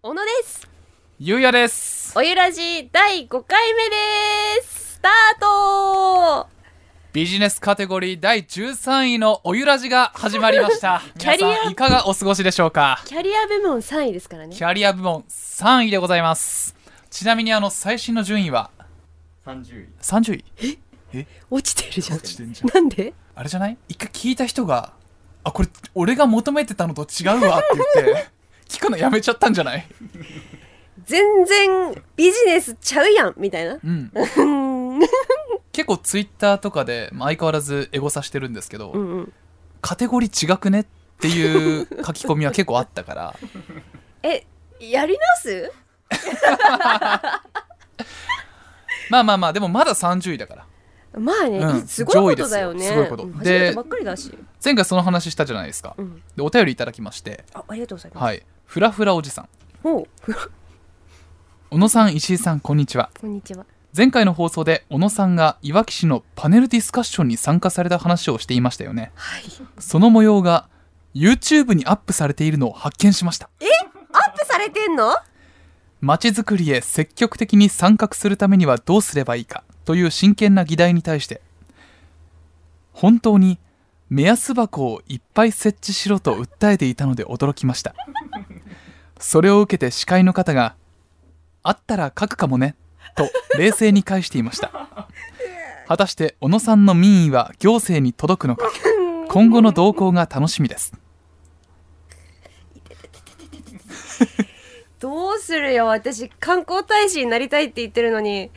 小野ですゆうやですおゆらじ第5回目ですスタートビジネスカテゴリー第13位のおゆらじが始まりました キャリア皆さんいかがお過ごしでしょうかキャリア部門3位ですからねキャリア部門3位でございますちなみにあの最新の順位は30位30位落ちてるじゃん落ちてんじなんであれじゃない一回聞いた人があこれ俺が求めてたのと違うわって言って 聞くのやめちゃったんじゃない全然ビジネスちゃう やんみたいなうんうん結構ツイッターとかで、まあ、相変わらずエゴさしてるんですけど、うんうんカテゴリー違くねっていう書き込みは結構あったからえやり直すまあまあまあでもまだ30位だからまあね、うんすごいことだよね上位ですよすごいことうんで初めてばっかりだし、前回その話したじゃないですかうん、でお便りいただきましてあありがとうございます、はいフラフラおじさんおう 小野さん石井さんこんにちはこんにちは前回の放送で小野さんがいわき市のパネルディスカッションに参加された話をしていましたよねはいその模様が YouTube にアップされているのを発見しましたアップされてんの街づくりへ積極的に参画するためにはどうすればいいかという真剣な議題に対して本当に目安箱をいっぱい設置しろと訴えていたので驚きましたそれを受けて司会の方が「あったら書くかもね」と冷静に返していました果たして小野さんの民意は行政に届くのか今後の動向が楽しみですどうするよ私観光大使になりたいって言ってるのに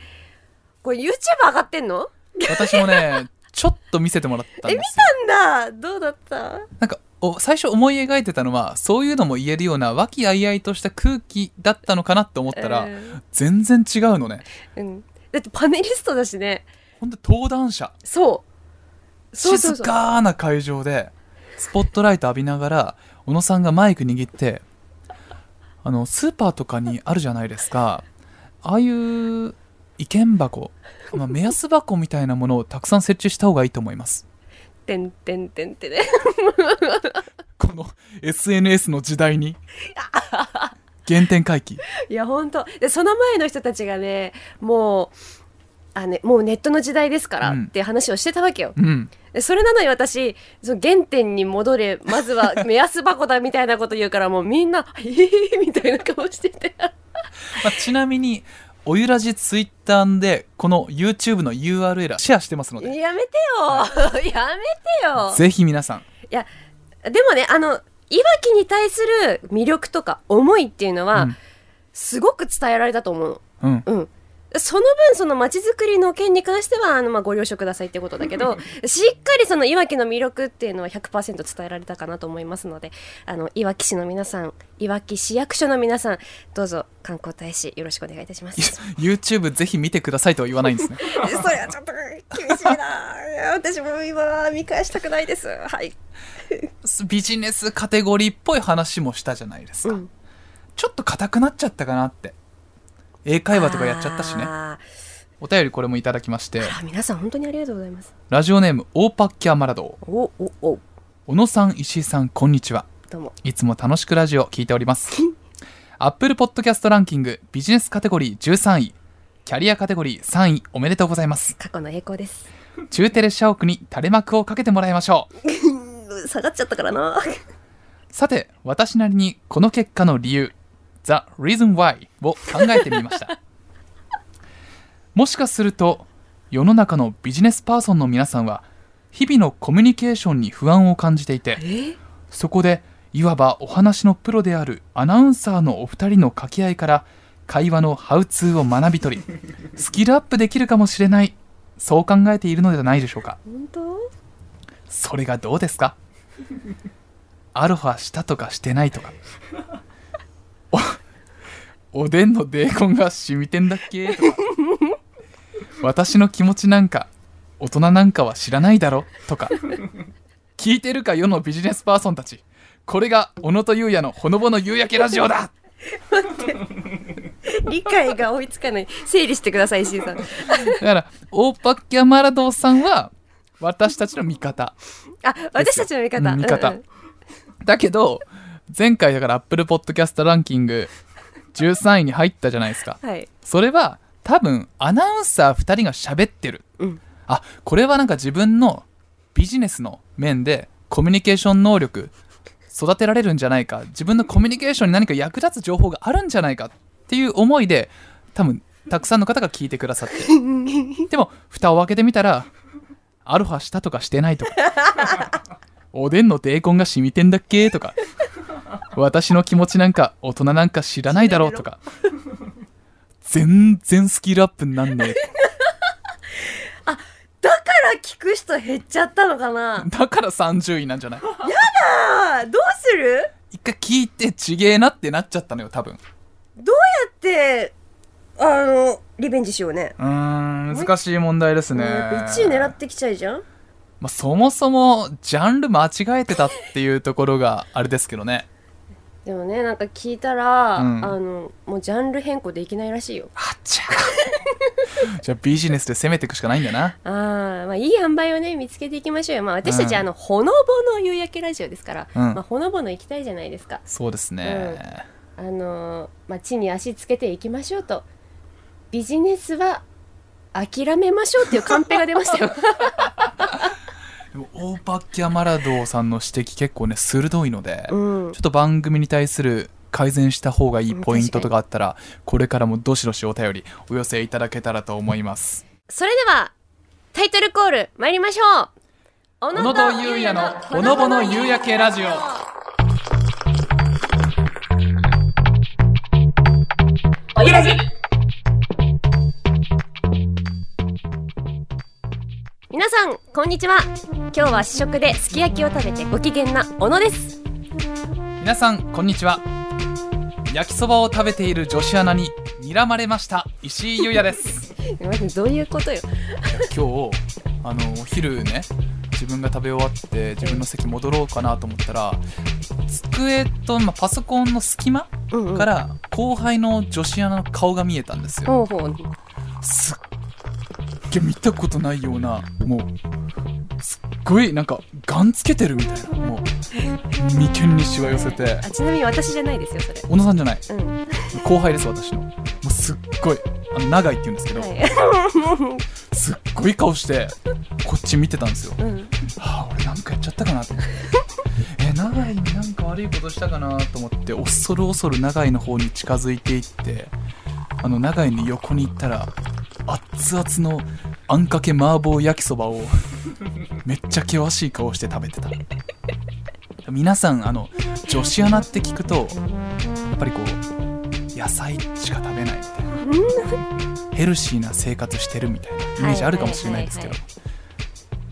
これ YouTube 上がってんの私もねちょっと見せてもらったんですよなんだどうだったなんかお最初思い描いてたのはそういうのも言えるような和気あいあいとした空気だったのかなって思ったら、うん全然違うのねうん、だってパネリストだしねほんで登壇者そうそうそう静かな会場でスポットライト浴びながら小野さんがマイク握ってあのスーパーとかにあるじゃないですかああいう意見箱、まあ、目安箱みたいなものをたくさん設置した方がいいと思いますてんてんてん ってねこの SNS の時 代に原点回帰いやほんとでその前の人たちがねもうあね、もうネットの時代ですからうんって話をしてたわけよ、うんでそれなのに私その原点に戻れまず は目安箱だみたいなこと言うからもうみんな「えー、みたいな顔しててまあ、ちなみにおゆらじツイッターでこの YouTube の URL シェアしてますのでやめてよやめてぜひ皆さんよでもねあのいわきに対する魅力とか思いっていうのは、うんすごく伝えられたと思うのうん うん、その分その街づくりの件に関してはあの、まあ、ご了承くださいってことだけどしっかりそのいわきの魅力っていうのは100%伝えられたかなと思いますのであのいわき市の皆さんいわき市役所の皆さんどうぞ観光大使よろしくお願いいたします YouTube ぜひ見てくださいとは言わないんですね それはちょっと厳しいな私も今見返したくないですはい、ビジネスカテゴリーっぽい話もしたじゃないですか、ん、ちょっと硬くなっちゃったかなって英会話とかやっちゃったしねあお便りこれもいただきましてーあ皆さん本当にありがとうございますラジオネームオーパッキャマラドーおおお小野さん石井さんこんにちはどうもいつも楽しくラジオ聞いております。アップルポッドキャストランキングビジネスカテゴリー13位、キャリアカテゴリー3位おめでとうございます。過去の栄光です中テレ社屋に垂れ幕をかけてもらいましょう。うん下がっちゃったからなさて、私なりにこの結果の理由、The Reason Why を考えてみました。もしかすると、世の中のビジネスパーソンの皆さんは、日々のコミュニケーションに不安を感じていて、えそこでいわばお話のプロであるアナウンサーのお二人の掛け合いから会話のハウツーを学び取りスキルアップできるかもしれないそう考えているのではないでしょうか本当それがどうですか アロハしたとかしてないとかおおでんのベーコンが染みてんだっけとか私の気持ちなんか大人なんかは知らないだろとか聞いてるか世のビジネスパーソンたちこれが小野と優也のほのぼの夕焼けラジオだ 理解が追いつかない整理してください石井さんだからオーパッキャマラドーさんは私たちの味方あ私たちの見方うん見方うんうんだけど前回だからアップルポッドキャストランキング13位に入ったじゃないですかはい。それは多分アナウンサー2人が喋ってるうん。あこれはなんか自分のビジネスの面でコミュニケーション能力育てられるんじゃないか自分のコミュニケーションに何か役立つ情報があるんじゃないかっていう思いで多分たくさんの方が聞いてくだ さってでも蓋を開けてみたらアロハしたとかしてないとかおでんのデーコンが染みてんだっけとか私の気持ちなんか大人なんか知らないだろうとか全然スキルアップになんねえだから聞く人減っちゃったのかなだから30位なんじゃないあーどうする一回聞いてちげえなってなっちゃったのよ多分だって、あの、リベンジしようね。うーん難しい問題ですね1位狙ってきちゃいじゃんまあ、そもそもジャンル間違えてたっていうところがあれですけどねでもね、なんか聞いたら、うんあの、もうジャンル変更できないらしいよ。あっちゃ じゃあビジネスで攻めていくしかないんだなあーまあいい塩梅をね見つけていきましょうよ、まあ、私たち、うんあのほのぼの夕焼けラジオですから、うんまあ、ほのぼの行きたいじゃないですかそうですね、あのーまあ、地に足つけていきましょうとビジネスは諦めましょうっていうカンペが出ま したよでもオーバーキャマラドーさんの指摘結構ね鋭いので、うちょんっと番組に対する改善した方がいいポイントとかあったらこれからもどしどしお便りお寄せいただけたらと思いますそれではタイトルコール参りましょう小小野とゆうやのほのぼの夕焼けラジオおゆらじ皆さんこんにちは今日は試食ですき焼きを食べてご機嫌な小野です皆さんこんにちは焼きそばを食べている女子アナに睨まれました石井優也です待ってどういうことよ 今日あのお昼ね自分が食べ終わって自分の席戻ろうかなと思ったら机と、まあ、パソコンの隙間うんうんから後輩の女子アナの顔が見えたんですよほうほうすっげえ見たことないようなもうすっごいなんかガンつけてるみたいなもう眉間にしわ寄せてあちなみに私じゃないですよそれ小野さんじゃないうんは後輩です私のもうすっごいあの長いって言うんですけど、すっごい顔してこっち見てたんですよいうんはあ俺なんかやっちゃったかなと思ってえ長井になんか悪いことしたかなと思って恐る恐る長井の方に近づいていってあの長井の横に行ったら熱々のあんかけ麻婆焼きそばをめっちゃ険しい顔して食べてた皆さんあの女子アナって聞くとやっぱりこう野菜しか食べないみたいなヘルシーな生活してるみたいなイメージあるかもしれないですけどはい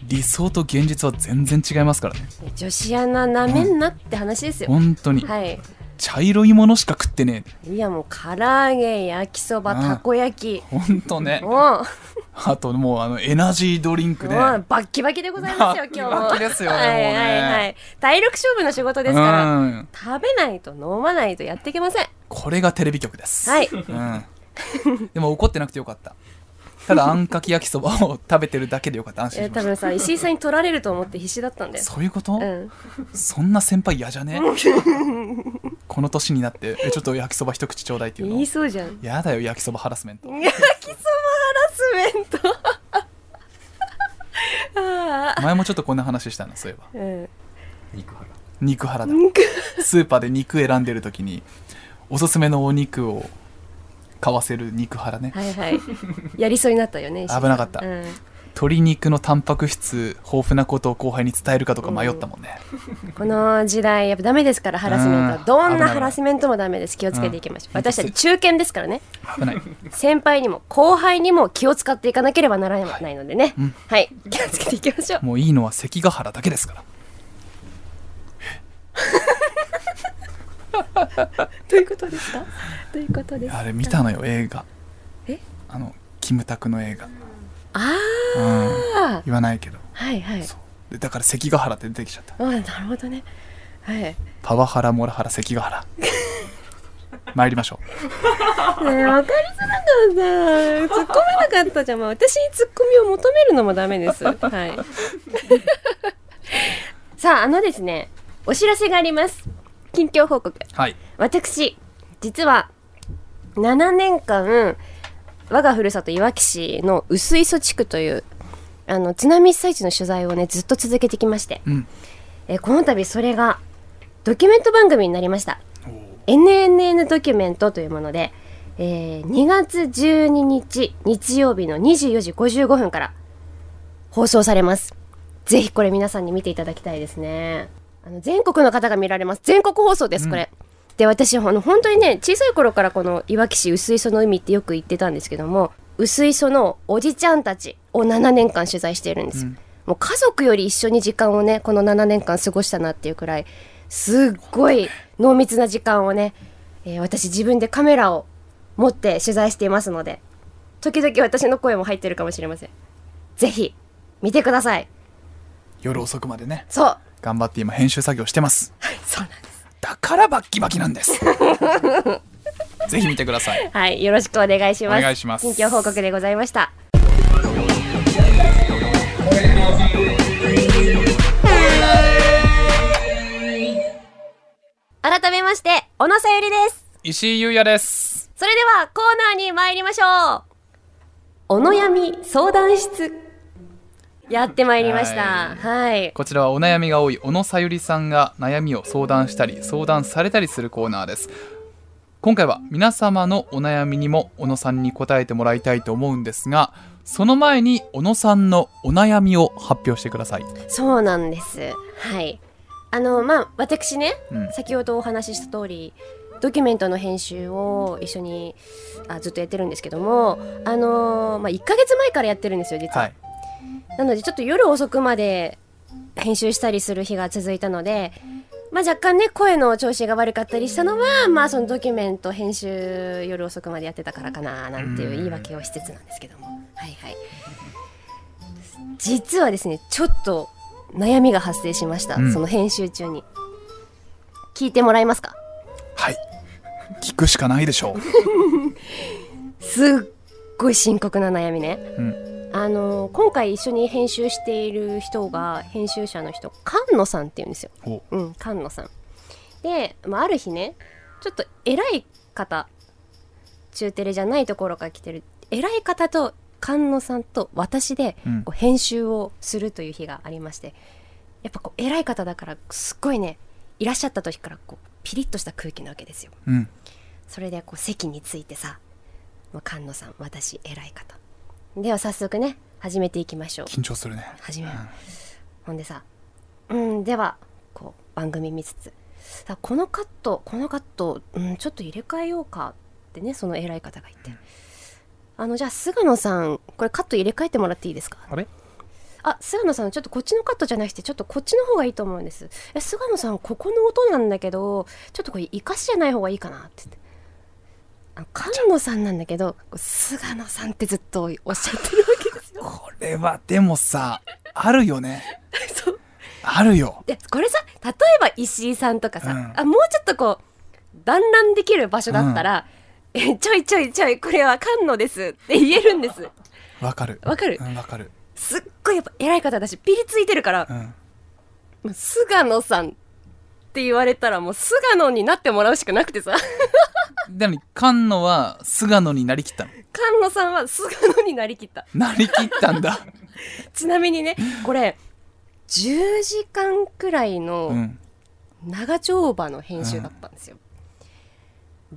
理想と現実は全然違いますからね女子アナなめんなって話ですよ、本当にはい茶色いものしか食ってねえいやもう唐揚げ焼きそばうんたこ焼き本当ねもあともうあのエナジードリンう、クねもうバッキバキでございますよバッキ今バ日キもですよねはいもうねはいはい体力勝負の仕事ですから、うん食べないと飲まないとやっていけませんこれがテレビ局ですはいうん、でも怒ってなくてよかったただあんかき焼きそばを食べてるだけでよかった安心えしー多まし分さ石井さんに取られると思って必死だったんだたよそういうこと、うんそんな先輩嫌じゃね この年になってえちょっと焼きそば一口ちょうだいっていう言のいそうじゃんやだよ焼きそばハラスメント焼きそばハラスメント あ前もちょっとこんな話したなそういえばーうん肉腹肉腹だ肉スーパーで肉選んでる時におすすめのお肉を買わせる肉腹ねはいはい。やりそうになったよね。石井さん危なかったうん鶏肉のタンパク質豊富なことを後輩に伝えるかとか迷ったもんね、この時代やっぱダメですからハラスメントはうどんん危なないハラスメントもダメです気をつけていきましょううん私たち中堅ですからね危ない先輩にも後輩にも気を使っていかなければならないのでねうんはい気をつけていきましょうもういいのは関ヶ原だけですからということですかということですあれ見たのよ映画えあのキムタクの映画、あうん、あ言わないけどはいはいそうでだから関ヶ原って出てきちゃったあなるほどねはいパワハラモラハラ関 ヶ原参りましょねえ分かりづらかった突っ込めなかったじゃん、まあ、私に突っ込みを求めるのもダメですはい さああのですねお知らせがあります近況報告うはい私実は7年間我がふるさといわき市の薄磯地区というあの津波被災地の取材をねずっと続けてきまして、うんえーこの度それがドキュメント番組になりましたおー NNN ドキュメントというもので、えー2月12日日曜日の24時55分から放送されますぜひこれ皆さんに見ていただきたいですねあの全国の方が見られます全国放送ですこれ、で私あの本当にね小さい頃からこのいわき市薄磯の海ってよく言ってたんですけども薄磯のおじちゃんたちを7年間取材しているんですよ、うんもう家族より一緒に時間をねこの7年間過ごしたなっていうくらいすっごい濃密な時間をね、えー私自分でカメラを持って取材していますので時々私の声も入ってるかもしれませんぜひ見てください夜遅くまでねそう頑張って今編集作業してますそうなんですだからバッキバキなんです ぜひ見てくださいはいよろしくお願いしますお願いします近況報告でございました改めまして小野さゆりです石井優也ですそれではコーナーに参りましょうお悩み相談室やってまいりましたはいこちらはお悩みが多い小野さゆりさんが悩みを相談したり相談されたりするコーナーです今回は皆様のお悩みにも小野さんに答えてもらいたいと思うんですがその前に小野さんのお悩みを発表してください、そうなんです。はい。あの、まあ、私ね、うん先ほどお話しした通り、ドキュメントの編集を一緒にあずっとやってるんですけども、あのーまあ、1ヶ月前からやってるんですよ、実は。はい、なので、ちょっと夜遅くまで編集したりする日が続いたので、まあ、若干ね、声の調子が悪かったりしたのは、まあ、そのドキュメント編集夜遅くまでやってたからかな、なんていう言い訳をしつつなんですけども。はいはい。実はですね、ちょっと悩みが発生しました。うんその編集中に。聞いてもらえますかはい、聞くしかないでしょすっごい深刻な悩みね。う、 うん、あの今回一緒に編集している人が編集者の人菅野さんっていうんですよ。おうん、菅野さん。で、まあ、ある日ね、ちょっと偉い方、中テレじゃないところから来てる、偉い方と菅野さんと私で、うんこう編集をするという日がありまして、やっぱこう、偉い方だから、すっごいね、いらっしゃった時から、こう、ピリッとした空気なわけですよ。うん、それでこう席についてさ、まあ、菅野さん私偉い方では早速ね始めていきましょう緊張するね始めようほんでさうんではこう番組見つつさこのカットこのカット、うん、ちょっと入れ替えようかってねその偉い方が言って、あのじゃあ菅野さんこれカット入れ替えてもらっていいですかあれあ菅野さんちょっとこっちのカットじゃなくてちょっとこっちの方がいいと思うんですえ菅野さんここの音なんだけどちょっとこれ生かしじゃない方がいいかなって言ってあの菅野さんなんだけどこう菅野さんってずっとおっしゃってるわけですよこれはでもさあるよね そうあるよでこれさ例えば石井さんとかさ、うんあもうちょっとこう団らんできる場所だったら、えちょいちょいちょいこれは菅野ですって言えるんですわかるわかるうんわかるすっごいやっぱ偉い方だしピリついてるからう、んもう菅野さんって言われたらもう菅野になってもらうしかなくてさ でも菅野は菅野になりきったの菅野さんは菅野になりきったなりきったんだちなみにねこれ10時間くらいの、うん長丁場の編集だったんですよ、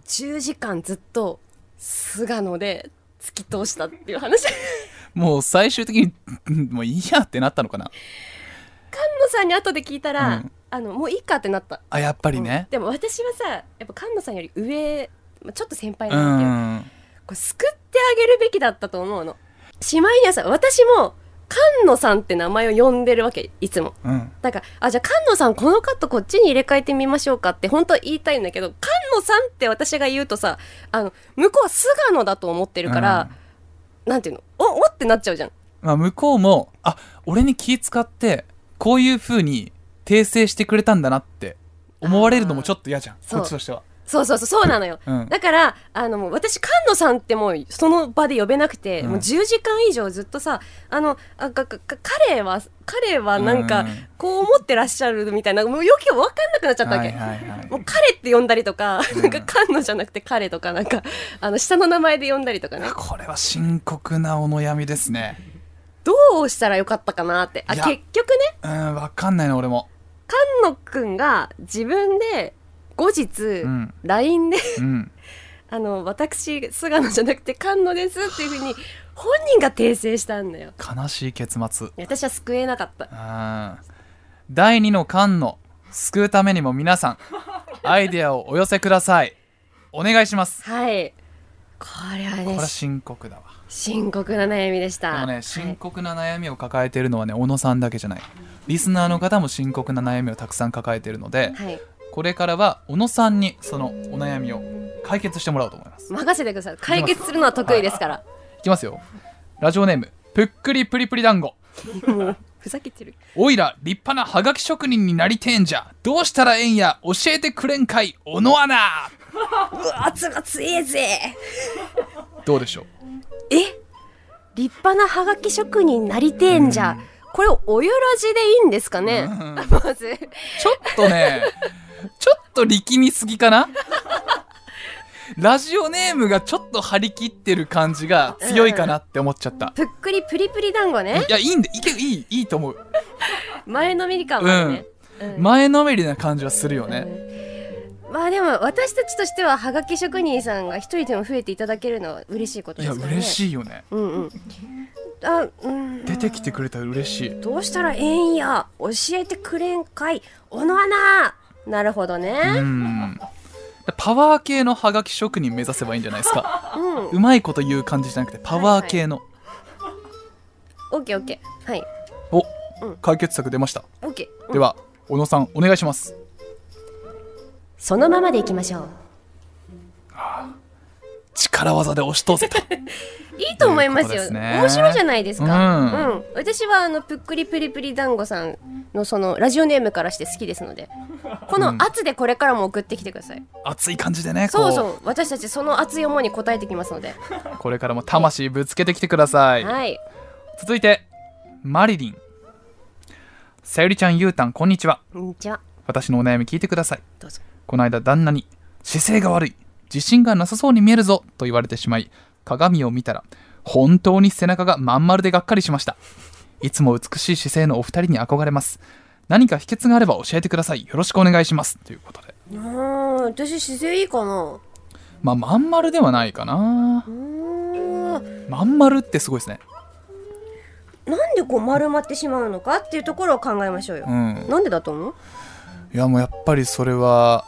10時間ずっと菅野で突き通したっていう 話菅もう最終的にうんもういいやってなったのかな野さんに後で聞いたら、うんあのもういいかってなった、あやっぱりうんねでも私はさやっぱ菅野さんより上まあちょっと先輩うなんだけど、ん、これ救ってあげるべきだったと思うのしまいにはさ私も菅野さんって名前を呼んでるわけいつもうん、なんかあじゃあ菅野さんこのカットこっちに入れ替えてみましょうかって本当は言いたいんだけど菅野さんって私が言うとさあの向こうは菅野だと思ってるから、なんていうのおおってなっちゃうじゃんまあ、向こうもあ俺に気使ってこういう風に訂正してくれたんだなって思われるのもちょっと嫌じゃんそうこっちとしてはそうそうそうそうなのよ、うんだからあのもう私菅野さんってもうその場で呼べなくて、うんもう10時間以上ずっとさあのあかかか彼は彼はなんうかんこう思ってらっしゃるみたいなもう余計分かんなくなっちゃったわけ、はいはいはいもう彼って呼んだりとか、うんなんか菅野じゃなくて彼とかなんかあの下の名前で呼んだりとかねこれは深刻なお悩みですねどうしたらよかったかなってあいや結局ねうんわかんないな俺も菅野くんが自分で後日うん LINE で、 うんあの私菅野じゃなくて菅野ですっていうふうに本人が訂正したんだよ悲しい結末私は救えなかったうん第2の缶の救うためにも皆 さんアイデアをお寄せくださいお願いしますはいこれはこれねは深刻だわ深刻な悩みでしでたもねは深い刻な悩みを抱えているのはね小野さんだけじゃないリスナーの方も深刻な悩みをたくさん抱えているのではい、これからは小野さんにそのお悩みを解決してもらおうと思います任せてください解決するのは得意ですからいきますよラジオネームぷっくりぷりぷり団子もうふざけてるおいら立派なハガキ職人になりてえんじゃどうしたらええんや教えてくれんかい小野アナうわ圧が強えぜどうでしょうえ立派なハガキ職人なりてえんじゃ、これおよらじでいいんですかね、うんまずちょっとね、ちょっと力みすぎかなラジオネームがちょっと張り切ってる感じが強いかなって思っちゃった。ぷっくりプリプリ団子ねいや、いいんで、いけ、いい、いいと思う。前のめり感もあるね、うん前のめりな感じはするよね。まあでも私たちとしてははがき職人さんが一人でも増えていただけるのは嬉しいこといでや、すからね嬉しいよね。うんうんあうん出てきてくれたら嬉しい。どうしたらええんや教えてくれんかい小野アナなるほどうねん。パワー系のハガキ職人目指せばいいんじゃないですか。うん、うまいこと言う感じじゃなくて、パワー系の。オッケーオッケーはいうんお、解決策出ました。オッケー、うんでは、小野さん、お願いします。そのままでいきましょう力技で押し通せた。いいと思いますよということですね面白いじゃないですか、うんうん私はあのぷっくりぷりぷり団子さんのそのラジオネームからして好きです のでこの圧でこれからも送ってきてください、熱い感じでね、こ。そううそう私たちその熱い思いに応えてきますのでこれからも魂ぶつけてきてください、はい続いてマリリンさゆりちゃんゆうたんこんにちはじゃあ私のお悩み聞いてくださいどうぞこの間旦那に姿勢が悪い自信がなさそうに見えるぞと言われてしまい鏡を見たら本当に背中がまん丸でがっかりしましたいつも美しい姿勢のお二人に憧れます何か秘訣があれば教えてくださいよろしくお願いしますということでうーん私姿勢いいかなまあまん丸ではないかなうーんまん丸ってすごいですねなんでこう丸まってしまうのかっていうところを考えましょうよう、んなんでだと思ういやもうやっぱりそれは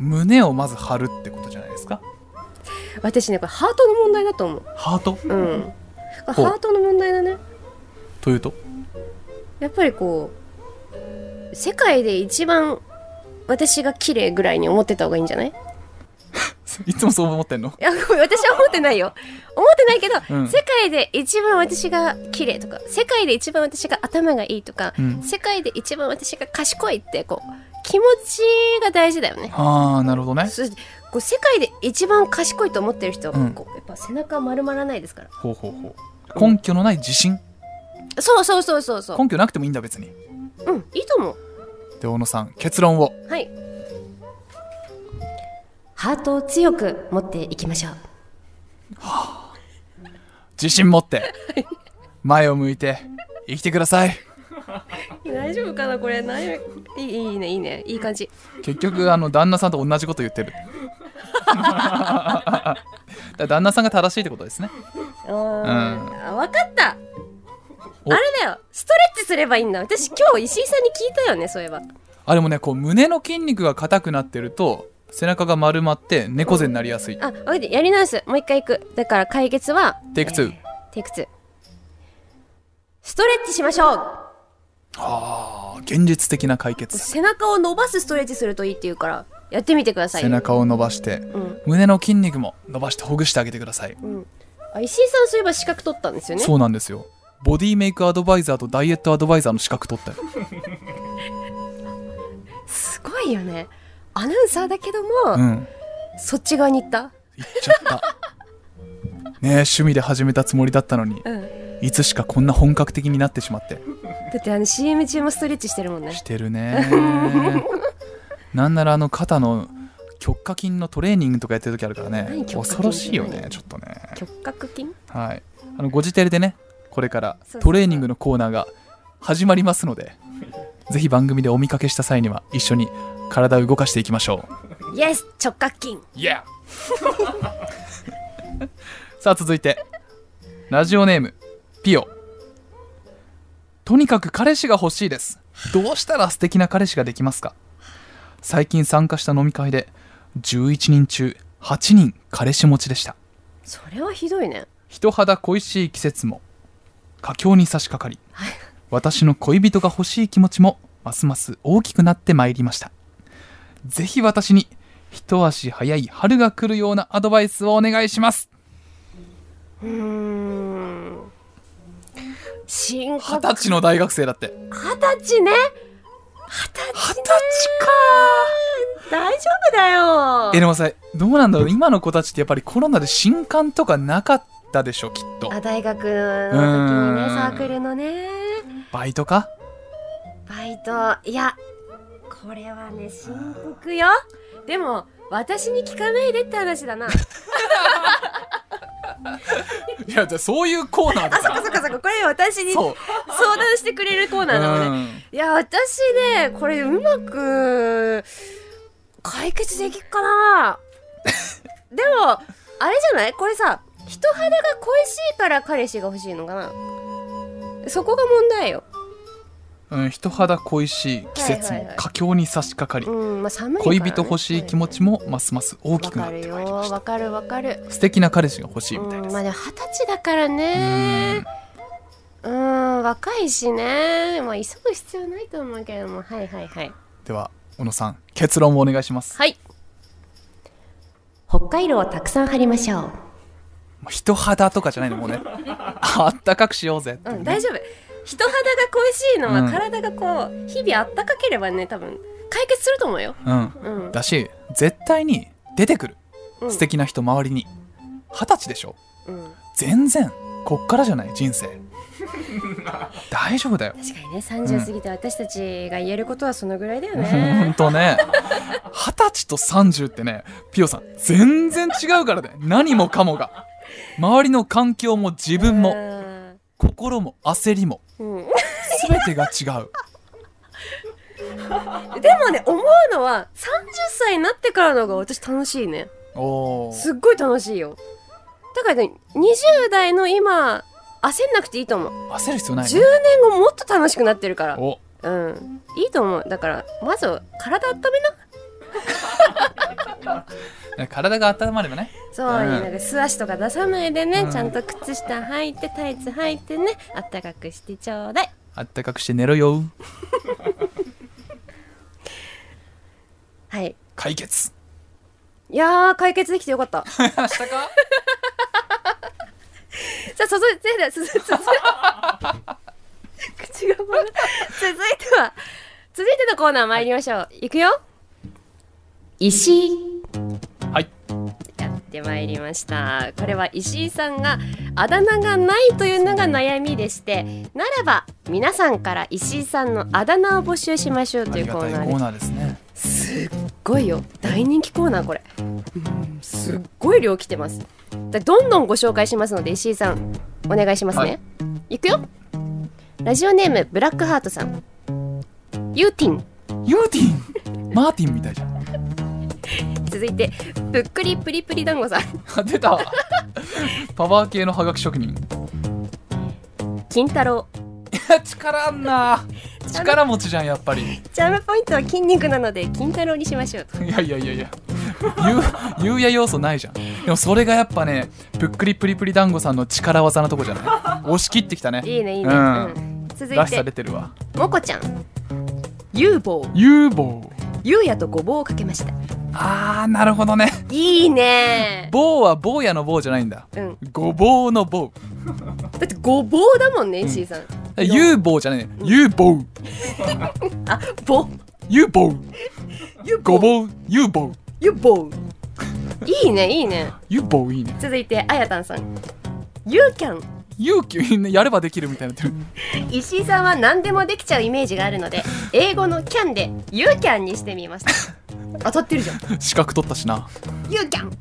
胸をまず張るってことじゃないですか私ねこれハートの問題だと思うハートうんハほうートの問題だねというとやっぱりこう世界で一番私が綺麗ぐらいに思ってた方がいいんじゃないい いつもそう思ってんのやごめん私は思ってないよ思ってないけど、うん世界で一番私が綺麗とか世界で一番私が頭がいいとか、うん世界で一番私が賢いってこう気持ちが大事だよねああなるほどねそこう世界で一番賢いと思ってる人は、うんこうやっぱ背中丸まらないですからほうほうほう根拠のない自信そうそうそうそうそう根拠なくてもいいんだ別にうんいいと思うで小野さん結論をはい。ハートを強く持っていきましょう。自信持って前を向いて生きてください大丈夫かなこれ何いいいいねいいねいい感じ。結局あの旦那さんと同じこと言 ってるだ旦那さんが正しいってことですねうんあ分かった。おあれだよストレッチすればいいんだ私今日石井さんに聞いたよねそういえばあれもねこう胸の筋肉が硬くなってると背中が丸まって猫背になりやすいあ分かったやり直すもう一回行くだから解決はテイクツーテイク2ストレッチしましょうあー現実的な解決策背中を伸ばすストレッチするといいって言うからやってみてください背中を伸ばして、ん胸の筋肉も伸ばしてほぐしてあげてください、あ石井さんそういえば資格取ったんですよねそうなんですよボディメイクアドバイザーとダイエットアドバイザーの資格取ったよすごいよねアナウンサーだけども、うんそっち側に行った行っちゃったねえ趣味で始めたつもりだったのにうんだいつしかこんな本格的になってしまってってあの CM 中もストレッチしてるもんねしてるねなんならあの肩の極下筋のトレーニングとかやってる時あるからね何極下筋恐ろしいよね何ちょっとね曲角筋はいあのご自テレでねこれからそうそうトレーニングのコーナーが始まります のでぜひ番組でお見かけした際には一緒に体を動かしていきましょイエス直角筋う Yeah! さあ続いてラジオネームピオとにかく彼氏が欲しいですどうしたら素敵な彼氏ができますか最近参加した飲み会で11人中8人彼氏持ちでしたそれはひどいね人肌恋しい季節も佳境に差し掛かり私の恋人が欲しい気持ちもますます大きくなってまいりましたぜひ私に一足早い春が来るようなアドバイスをお願いしますうーん深二刻十歳の大学生だって二十歳ね二十大丈夫だよえでもさどうなんだろう今の子たちってやっぱりコロナで新刊とかなかったでしょきっとあ大学の時にうーねんサークルのねバイトかバイトいやこれはね深刻よでも私に聞かないでって話だなあいやじゃあそういうコーナーだそっかそっかそっかこれ私に そう相談してくれるコーナーだもんねういんや私ねこれうまく解決できっか なでもあれじゃないこれさ人肌が恋しいから彼氏が欲しいのかなそこが問題ようん、人肌恋しい季は節いはいはもい佳境に差し掛かり、うんまあ寒いから、ね、恋人欲しい気持ちもますます大わきくなかっるてよまいりましたわかるわかる素敵な彼氏が欲しういみたいでんす、まあでも二十歳だからねうん若いしねまあ急ぐ必要ないと思うけどもはいはいはいうんでは小野さん結論をお願いしますはい北海道をたくさん貼りましょうもう人肌とかじゃないのもう ねあったかくしようぜっていううねん、大丈夫人肌が恋しいのうんは体がこう、日々あったかければね多分解決すると思うよ、うんうんだし絶対に出てくるうん素敵な人周りに二十歳でしょうん、全然こっからじゃない 人生大丈夫だよ確かにね30過ぎた私たちが言えることはそのぐらいだよ本ね、当ね二十歳と30ってねピオさん全然違うからね何もかもが周りの環境も自分もも心も焦りもうん、 全てが違うでもね思うのは30歳になってからの方が私楽しいねおーすっごい楽しいよだからね20代の今焦んなくていいと思う、焦る必要ない10ね年後もっと楽しくなってるからおうんいいと思うだからまず体温めな体が温まればねそう、うんなんか素足とか出さないでね、うんちゃんと靴下履いてタイツ履いてねあったかくしてちょうだいあったかくして寝ろよはい解決いやー解決できてよかった さ明日かあ続いて続いて続いて口が回らない続いては続いてのコーナー参りましょう、い、くよ石井はいやってまいりましたこれは石井さんがあだ名がないというのが悩みでしてならば皆さんから石井さんのあだ名を募集しましょうあといりうがコたーナーいでコーすナーですねすっごいよ大人気コーナーこれうんすっごい量来てますだどんどんご紹介しますので石井さんお願いしますね、、はいくよラジオネームブラックハートさんユーティンユーティンマーティンみたいじゃん続いてぷっくりぷりぷり団子さんあ出たパワー系のハガキ職人い金太郎や力あんな力持ちじゃんやっぱりチャームポイントは筋肉なので金太郎にしましょういやいやいやいやゆう夕夜要素ないじゃんでもそれがやっぱねぷっくりぷりぷり団子さんの力技なとこじゃない押し切ってきたねいいねいいね、ううんん続らいしさ出ててるわもこちゃんゆうぼう有望ゆうやとごぼうをかけましたあーなるほどねいいね棒は坊やの棒じゃないんだうんごぼうの棒だってごぼうだもんね石井さん、有望じゃない有望あぼ有望ゆごぼう有望ゆぼういいねいいねゆぼういいね続いてあやたんさん You can 勇気やればできるみたいになってる石井さんは何でもできちゃうイメージがあるので英語の can で You can にしてみました 当たってるじゃん資格取ったしな You can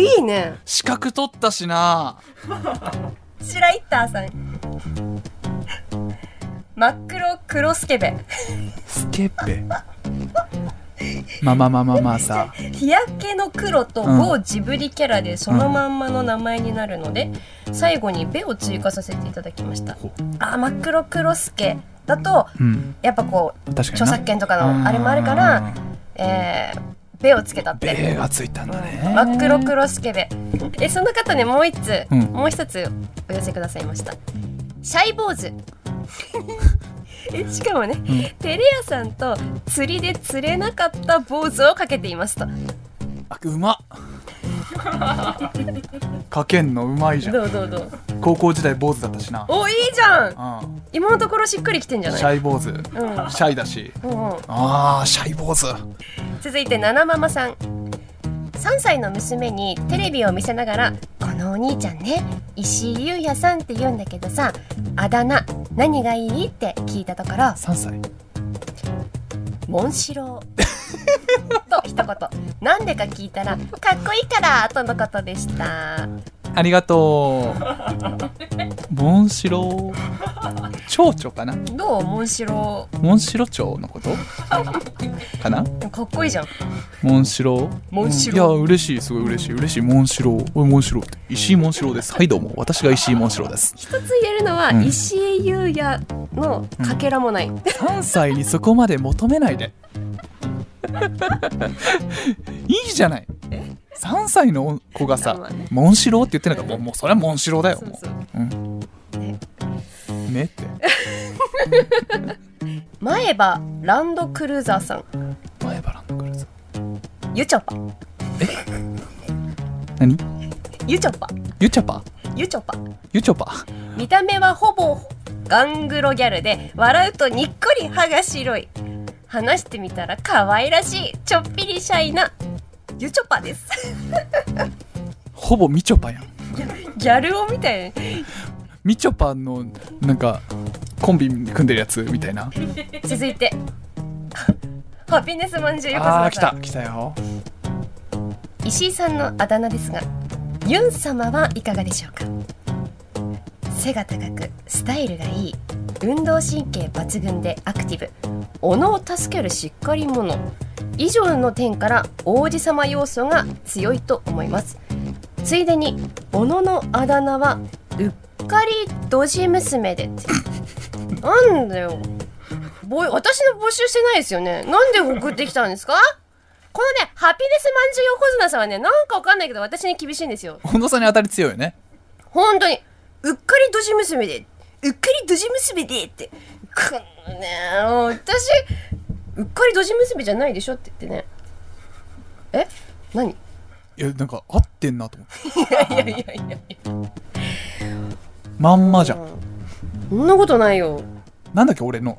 いいね資格取ったしな白井ターさん真っ黒黒スケベスケベまあまあまあまあまあさ 日焼けの黒とうん某ジブリキャラでそのまんまの名前になるので、最後に「べ」を追加させていただきましたほうあー真っ黒黒助だとうんやっぱこう確か著にな作権とかのあれもあるから「えー、べ」をつけたっベてーがついたんだね真っ黒黒スケベえその方ねもう一つ、うんもう一つお寄せくださいましたシャイ坊 主えしかもね、テレ屋さんと釣りで釣れなかった坊主をかけていますとあうまっかけんのうまいじゃんどうどうどう高校時代坊主だったしなおいいじゃんうん今のところしっくりきてんじゃないシャイ坊主うシんャイだしうんうんあーシャイ坊主続いてナナママさん3歳の娘にテレビを見せながら「このお兄ちゃんね石井優也さんって言うんだけどさあだ名何がいい?」って聞いたところ3歳モンシローと一言なんでか聞いたらかっこいいからとのことでしたありがと う。モンシロー。蝶々かな。どうモンシロモンシロチョウのこと。かな。ーかっこいいじゃんモンシロー。モンシうローんいや、嬉しい、すごい嬉しい、嬉しい、モンシロー。おい、モンシローって。石井モンシローです。はい、どうも、私が石井モンシローです。一つ言えるのは、うん石井優也のかけらもない、三歳にそこまで求めないで。 いいじゃない。三歳の子がさまあまあね、モンシローって言ってなんかもう、もう、それはモンシローだよ。そうもそうううんね。ねって。前歯ランドクルーザーさん前バランドクルーズ。ゆちょぱ何ゆちょぱゆちゃぱゆちょぱゆちょぱ見た目はほぼガングロギャルで笑うとにっこり歯が白い話してみたら可愛らしいちょっぴりシャイなゆちょぱです ほぼみちょぱやんギャル男みたいなみちょぱのなんかコンビ組んでるやつみたいな続いて ハピネスまんじゅうよこさあー来さた来たよん石井さんのあだ名ですがユン様はいかがでしょうか背が高くスタイルがいい運動神経抜群でアクティブ斧を助けるしっかり者以上の点から王子様要素が強いと思いますついでに斧のあだ名はうっかりドジ娘でってなんだよぼい私の募集してないですよねなんで送ってきたんですかこのねハピネスまんじゅう横綱さんはねなんかわかんないけど私に厳しいんですよ本田さんに当たり強いよね本当にうっかりドジ娘でうっかりドジ娘でってこのね私うっかりドジ娘じゃないでしょって言ってねえ何いいやなんか合ってんなと思ってやいやいやいやまんまじゃんそんなことないよなんだっけ俺の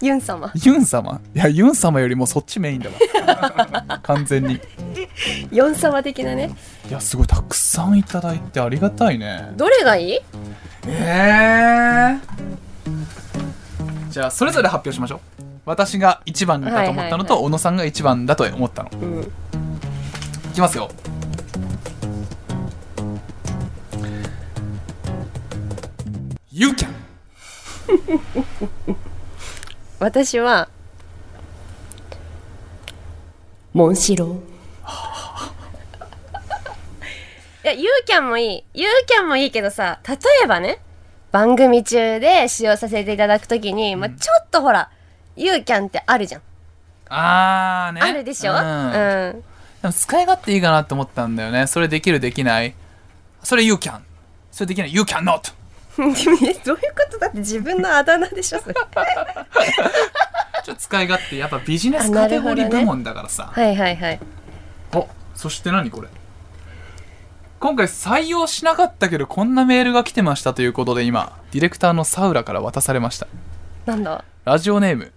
ユン様ユン様いやユン様よりもそっちメインだわ 完全にいヨン様的なねやすごいたくさんいただいてありがたいねどれがいいええじゃあそれぞれ発表しましょう私が1番だと思ったのと、はいはいはい小野さんが1番だと思ったのうんいきますよ「You can 私はモンシロー いやユーキャンもいいユーキャンもいいけどさ例えばね番組中で使用させていただくときに、まあ、ちょっとほらユーキャンってあるじゃん」あーねあるでしょ、ううんんでも使い勝手いいかなと思ったんだよねそれできるできないそれ「You can」それできない「You can not え どういうことだって自分のあだ名でしょそれは」ちょっと使い勝手やっぱビジネスカテゴリー部門だからさ、いはいはいおそして何これ今回採用しなかったけどこんなメールが来てましたということで今ディレクターのサウラから渡されましたなんだラジオネーム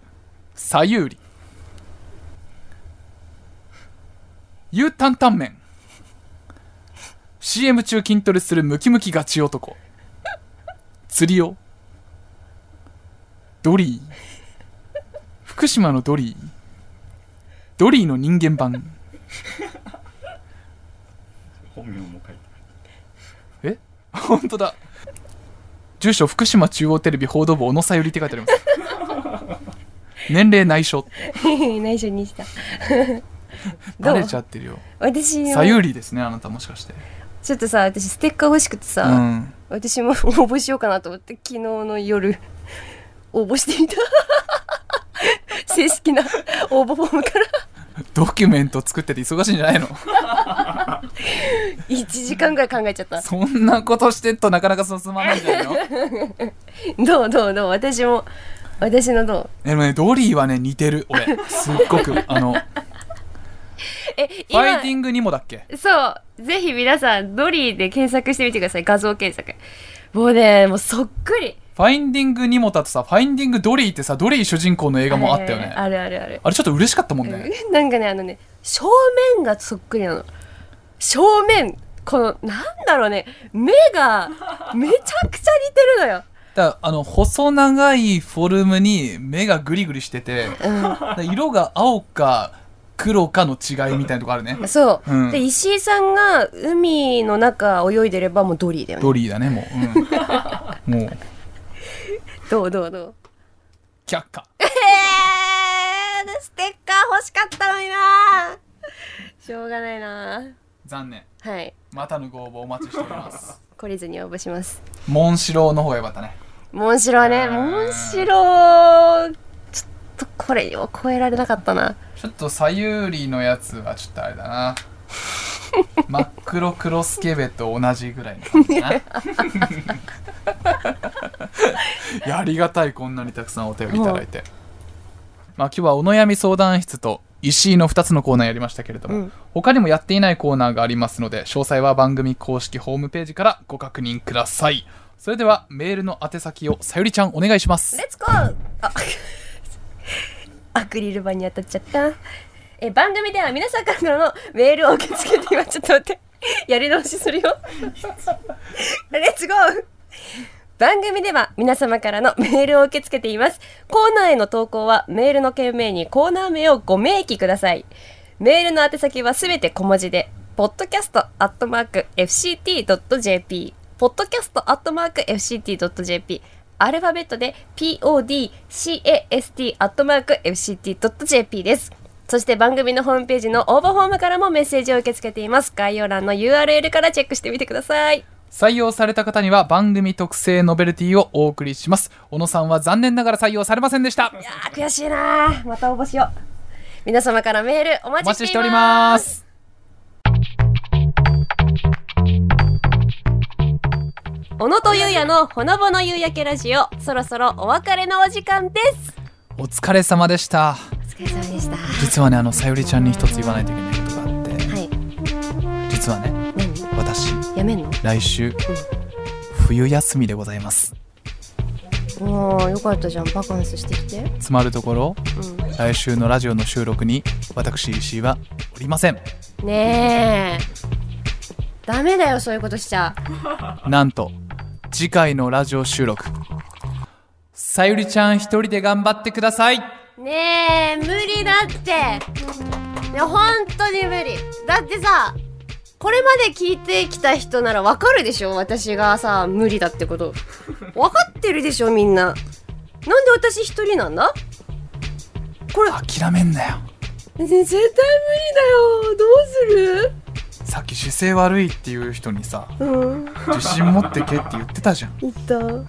さゆうり牛タンタンメン CM 中筋トレするムキムキガチ男釣りをドリー福島のドリードリーの人間版本名も書いてえ 本当だ住所福島中央テレビ報道部小野さゆりって書いてあります年齢内緒 内緒に した。どバうレちゃってるよ私さもゆりですねあなたもしかしてちょっとさ私ステッカー欲しくてうさ、ん私も 応募しようかなと思って昨日の夜応募してみた 正式な応募フォームからドキュメント作ってて忙しいんじゃ ないの1時間ぐらい考えちゃったそんなことしてっとなかなか進まないんじゃない のどうどうどう私も私のどうでもねドリーはね似てる 俺すっごくあのフえァイティングにもだっけそうぜひ皆さんドリーで検索してみてください画像検索もうねもうそっくりファインディングにもだとさファインディングドリーってさドリー主人公の映画もあったよねあるあるあるあれちょっと嬉しかったもんね なんかねあのね正面がそっくりなの正面このなんだろうね目がめちゃくちゃ似てるのよ、だからあの細長いフォルムに目がグリグリしててうだから色が青か黒かの違いみたいなとこあるねん、そう、うんで石井さんが海の中泳いでればもうドリーだよねドリーだねもう、 うん、もうどうどうどう却下えー、ステッカー欲しかったのになしょうがないな残念はいまたのご応募お待ちしております懲りずに応募しますモンシローの方が良かったねモンシローねうんモンシローちょっとこれを超えられなかったなちょっとさゆりのやつはちょっとあれだ な真っ黒黒スケベと同じぐらいの感 じだないやありがたいこんなにたくさんお便りいただいて、まあ、今日はお悩み相談室と石井の2つのコーナーやりましたけれども、うん他にもやっていないコーナーがありますので詳細は番組公式ホームページからご確認くださいそれではメールの宛先をさゆりちゃんお願いしますレッツゴーあ アクリル板に当たっちゃったえ番組では皆さんからのメールを受け付けて今ちょっと待ってやり直しするよレッツゴー番組では皆様からのメールを受け付けていますコーナーへの投稿はメールの件名にコーナー名をご明記くださいメールの宛先はすべて小文字で podcast.fct.jp podcast.fct.jp アルファベットで podcast.fct.jp ですそして番組のホームページの応募フォームからもメッセージを受け付けています概要欄の URL からチェックしてみてください採用された方には番組特製ノベルティをお送りします小野さんは残念ながら採用されませんでしいたやー悔しいなーまた応募しよう皆様からメールおお待待ちちししてていおますります小野とゆうやのほのぼの夕焼けラジオそろそろお別れのお時間ですお疲れ様でしたお疲れ様でしたは実はねあのさゆりちゃんに一つ言わないといけないことがあってい実はね何私やめんの来週冬休みでございますおーよかったじゃんバカンスしてきてつまるところ来週のラジオの収録に私石井はおりませんうんねえダメだよそういうことしちゃなんと次回のラジオ収録さゆりちゃん一人で頑張ってくださいねえ無理だっていや本当に無理だってさこれまで聞いてきた人ならわかるでしょ私がさ無理だってことわかってるでしょみんななんで私一人なんだこれ諦めんなよね絶対無理だよさっき姿勢悪いっていう人に さどうするうん自信持ってけって言ってたじゃん、言ったう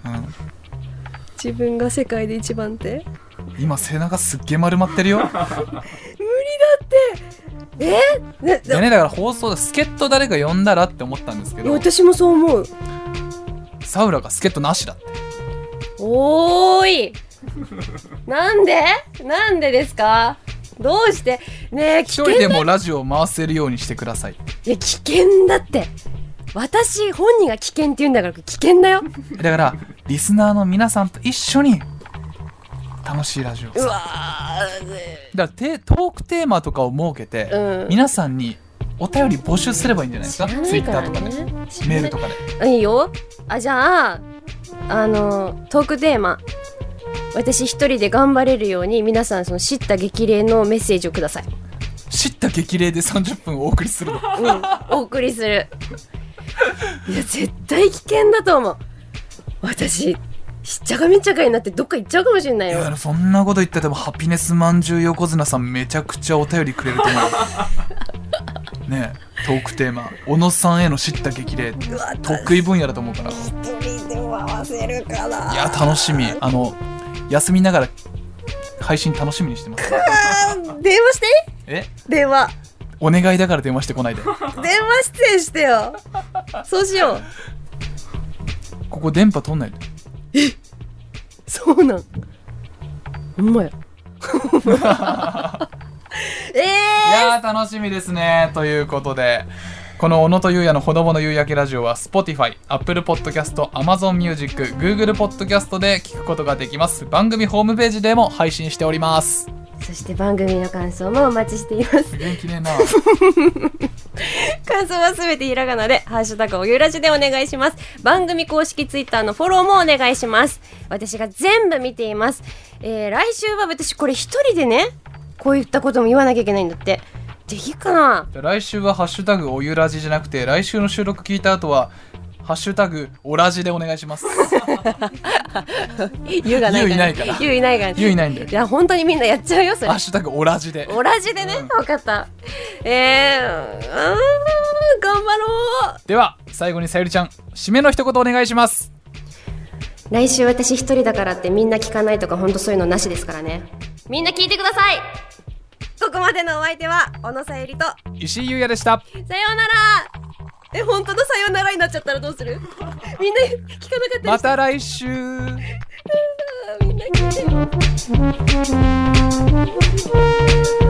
自分が世界で一番ってん、今背中すっげえ丸まってるよ 無理だってえねでねだから放送で助っ人誰か呼んだらって思ったんですけいやど私もそう思うサウラが助っ人なしだっておーいなんでなんでですかどうしてねえ危一険人でだもラジオを回せるようにしてくださいいや危険だって私本人が危険って言うんだから危険だよだからリスナーの皆さんと一緒に楽しいラジオうをだかわーらテトークテーマとかを設けて、うん皆さんにお便り募集すればいいんじゃないですか知らツなイいッかタらーとかで、ね知らなメいールとかであいいよあじゃああのトークテーマ私一人で頑張れるように皆さんその叱咤激励のメッセージをください、知った激励で30分お送りするのうん、お送りするいや絶対危険だと思う私しっちゃかめっちゃかになってどっか行っちゃうかもしれないいよやそんなこと言っててもハピネスまんじゅう横綱さんめちゃくちゃお便りくれると思うよねえトークテーマ小野さんへの知った激励得意分野だと思うからいや楽しみあの休みながら配信楽しみにしてます電話してえ電 話お願いだから電話してこないでこ電話出演してよそうしようこ電波取んないでそうなんほん まやえいえやー楽しみですねということでこの小野とゆうやのほのぼの夕焼けラジオは Spotify、Apple Podcast、Amazon Music、Google Podcast で聞くことができます番組ホームページでも配信しております そして番組の感想もお待ちしています元気ねえ な感想はすべてひらがなで「ハッシュタグおゆらじ」でお願いします番組公式ツイッターのフォローもお願いします私が全部見ています、えー、来週は私これ一人でねこういったことも言わなきゃいけないんだってできるかな来週は「ハッシュタグおゆらじ」じゃなくて来週の収録聞いた後は「ハッシュタグおらじ」でお願いします ゆがないからゆいないかゆいないかららゆいないんだよいや本当にみんなやっちゃうよそれハッシュタグおらじで同じでね、うん分かったえー、うーん頑張ろうでは最後にさゆりちゃん締めの一言お願いします来週私一人だからってみんな聞かないとか本当そういうのなしですからねみんな聞いてくださいここまでのお相手は小野さゆりとさよ石井ゆうやでしたうならえ本当のさようならになっちゃったらどうする みんな聞かなかったりまた来週みんな聞いて